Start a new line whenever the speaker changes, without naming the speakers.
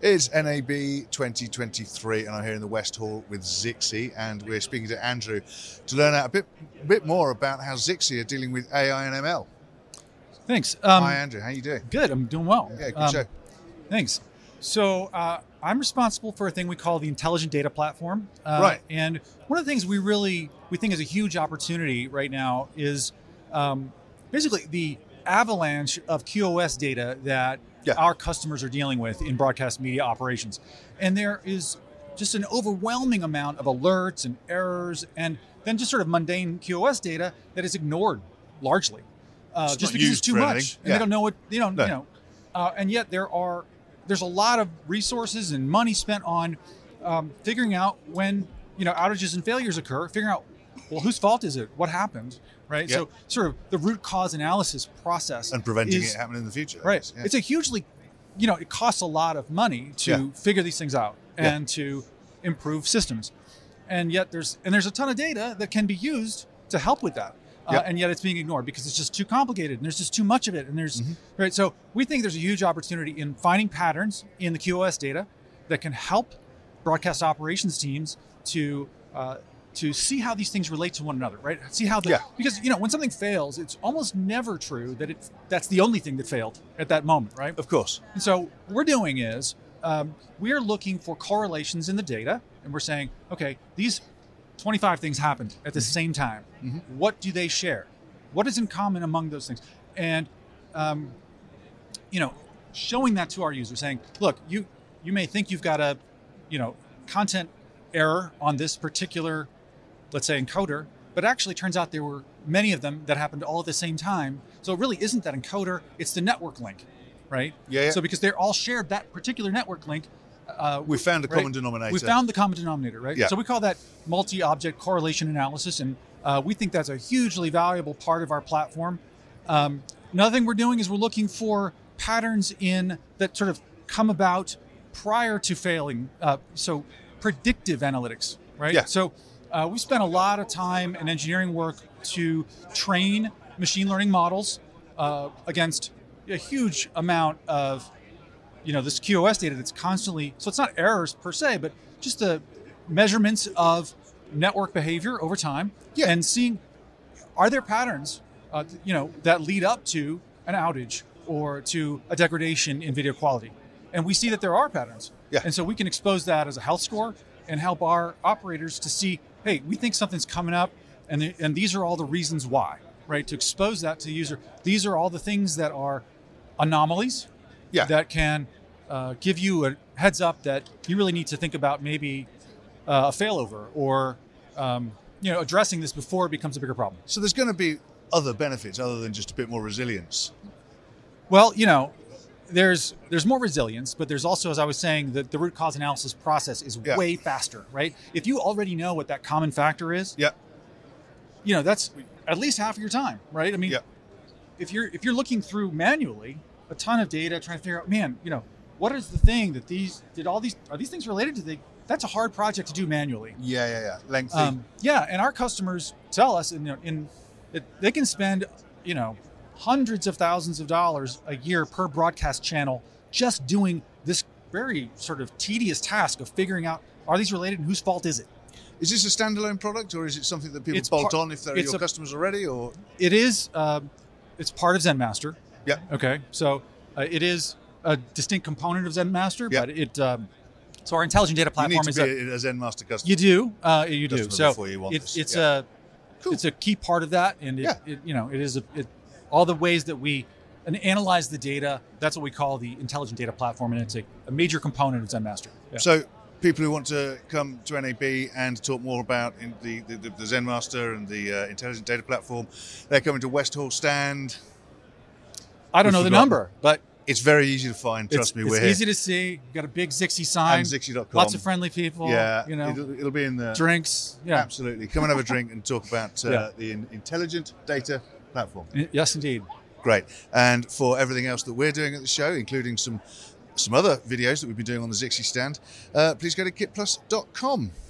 It's NAB 2023, and I'm here in the West Hall with Zixi, and we're speaking to Andrew to learn out a bit, bit more about how Zixi are dealing with AI and ML.
Thanks. Um,
Hi, Andrew. How you doing?
Good. I'm doing well.
Yeah, good
Um,
show.
Thanks. So uh, I'm responsible for a thing we call the intelligent data platform. Uh,
Right.
And one of the things we really we think is a huge opportunity right now is um, basically the avalanche of QoS data that
Yeah.
our customers are dealing with in broadcast media operations, and there is just an overwhelming amount of alerts and errors, and then just sort of mundane QoS data that is ignored largely, uh,
It's
just
not
because it's
used
too
for
much,
anything.
and
Yeah.
they don't know what they don't
No.
you know uh, and yet there are there's a lot of resources and money spent on um, figuring out when you know outages and failures occur figuring out well whose fault is it what happened right
Yeah.
so sort of the root cause analysis process
And preventing
is-
it happening in the future. I
right
guess. Yeah.
it's a hugely you know it costs a lot of money to
Yeah.
figure these things out
Yeah.
and to improve systems and yet there's and there's a ton of data that can be used to help with that uh,
Yeah.
and yet it's being ignored because it's just too complicated and there's just too much of it and there's
Mhm.
right so we think there's a huge opportunity in finding patterns in the qos data that can help broadcast operations teams to uh, to see how these things relate to one another, right? See how the
Yeah.
because you know when something fails, it's almost never true that it that's the only thing that failed at that moment, right?
of course.
And so what we're doing is um, we're looking for correlations in the data, and we're saying, okay, these 25 things happened at the same time.
Mhm.
What do they share? What is in common among those things? And um, you know, showing that to our users, saying, look, you you may think you've got a you know content error on this particular, let's say encoder, but actually turns out there were many of them that happened all at the same time. So it really isn't that encoder; it's the network link, right?
Yeah. yeah.
So because they're all shared that particular network link, uh,
we found a
right.
common denominator.
we found the common denominator, right?
Yeah.
So we call that multi-object correlation analysis, and uh, we think that's a hugely valuable part of our platform. Um, another thing we're doing is we're looking for patterns in that sort of come about prior to failing. Uh, so predictive analytics, right?
Yeah.
So uh, we spent a lot of time and engineering work to train machine learning models uh, against a huge amount of you know this QoS data that's constantly so it's not errors per se, but just the measurements of network behavior over time
Yeah.
and seeing are there patterns uh, you know that lead up to an outage or to a degradation in video quality and we see that there are patterns
Yeah.
and so we can expose that as a health score and help our operators to see hey we think something's coming up and, the, and these are all the reasons why right to expose that to the user these are all the things that are anomalies
Yeah.
that can uh, give you a heads up that you really need to think about maybe uh, a failover or um, you know addressing this before it becomes a bigger problem.
so there's going to be other benefits other than just a bit more resilience.
Well, you know, there's there's more resilience, but there's also, as I was saying, the, the root cause analysis process is
Yeah.
way faster, right? If you already know what that common factor is,
Yeah.
you know that's at least half of your time, right? I mean,
Yeah.
if you're if you're looking through manually a ton of data trying to figure out, man, you know, what is the thing that these did all these are these things related to the? That's a hard project to do manually.
Yeah, yeah, yeah. Lengthy.
Um, yeah, and our customers tell us, and you know, in that they can spend, you know, hundreds of thousands of dollars a year per broadcast channel just doing this very sort of tedious task of figuring out are these related and whose fault is it.
is this a standalone product or is it something that people
It's
bolt
part-
on if they're
it's
your
a-
customers already? Or
It is, um, it's part of ZenMaster.
Yeah.
Okay, so uh, it is a distinct component of ZenMaster,
Yeah.
but it. Um, so our intelligent data
you
platform
need to
is
be
a,
a, a Zen Master customer.
You do. Uh, you do.
Customer
So
before you want
it's
this.
it's a
Cool.
it's a key part of that, and it,
Yeah.
it you know it is a, it, all the ways that we and analyze the data. That's what we call the intelligent data platform, and it's a, a major component of ZenMaster. Yeah.
So people who want to come to NAB and talk more about in the, the, the Zen Master and the uh, Intelligent Data Platform, they're coming to West Hall Stand.
I don't know the
forgotten.
number, but
It's very easy to find. Trust
it's,
me,
it's
we're
easy
here.
to see. We've got a big Zixi sign,
And Zixi.com.
lots of friendly people.
Yeah,
you know,
it'll, it'll be in there.
drinks. Yeah.
Absolutely. Come and have a drink and talk about uh,
Yeah.
the in- Intelligent Data Platform.
Yes, indeed.
Great. And for everything else that we're doing at the show, including some some other videos that we've been doing on the Zixi stand, uh, please go to kitplus.com.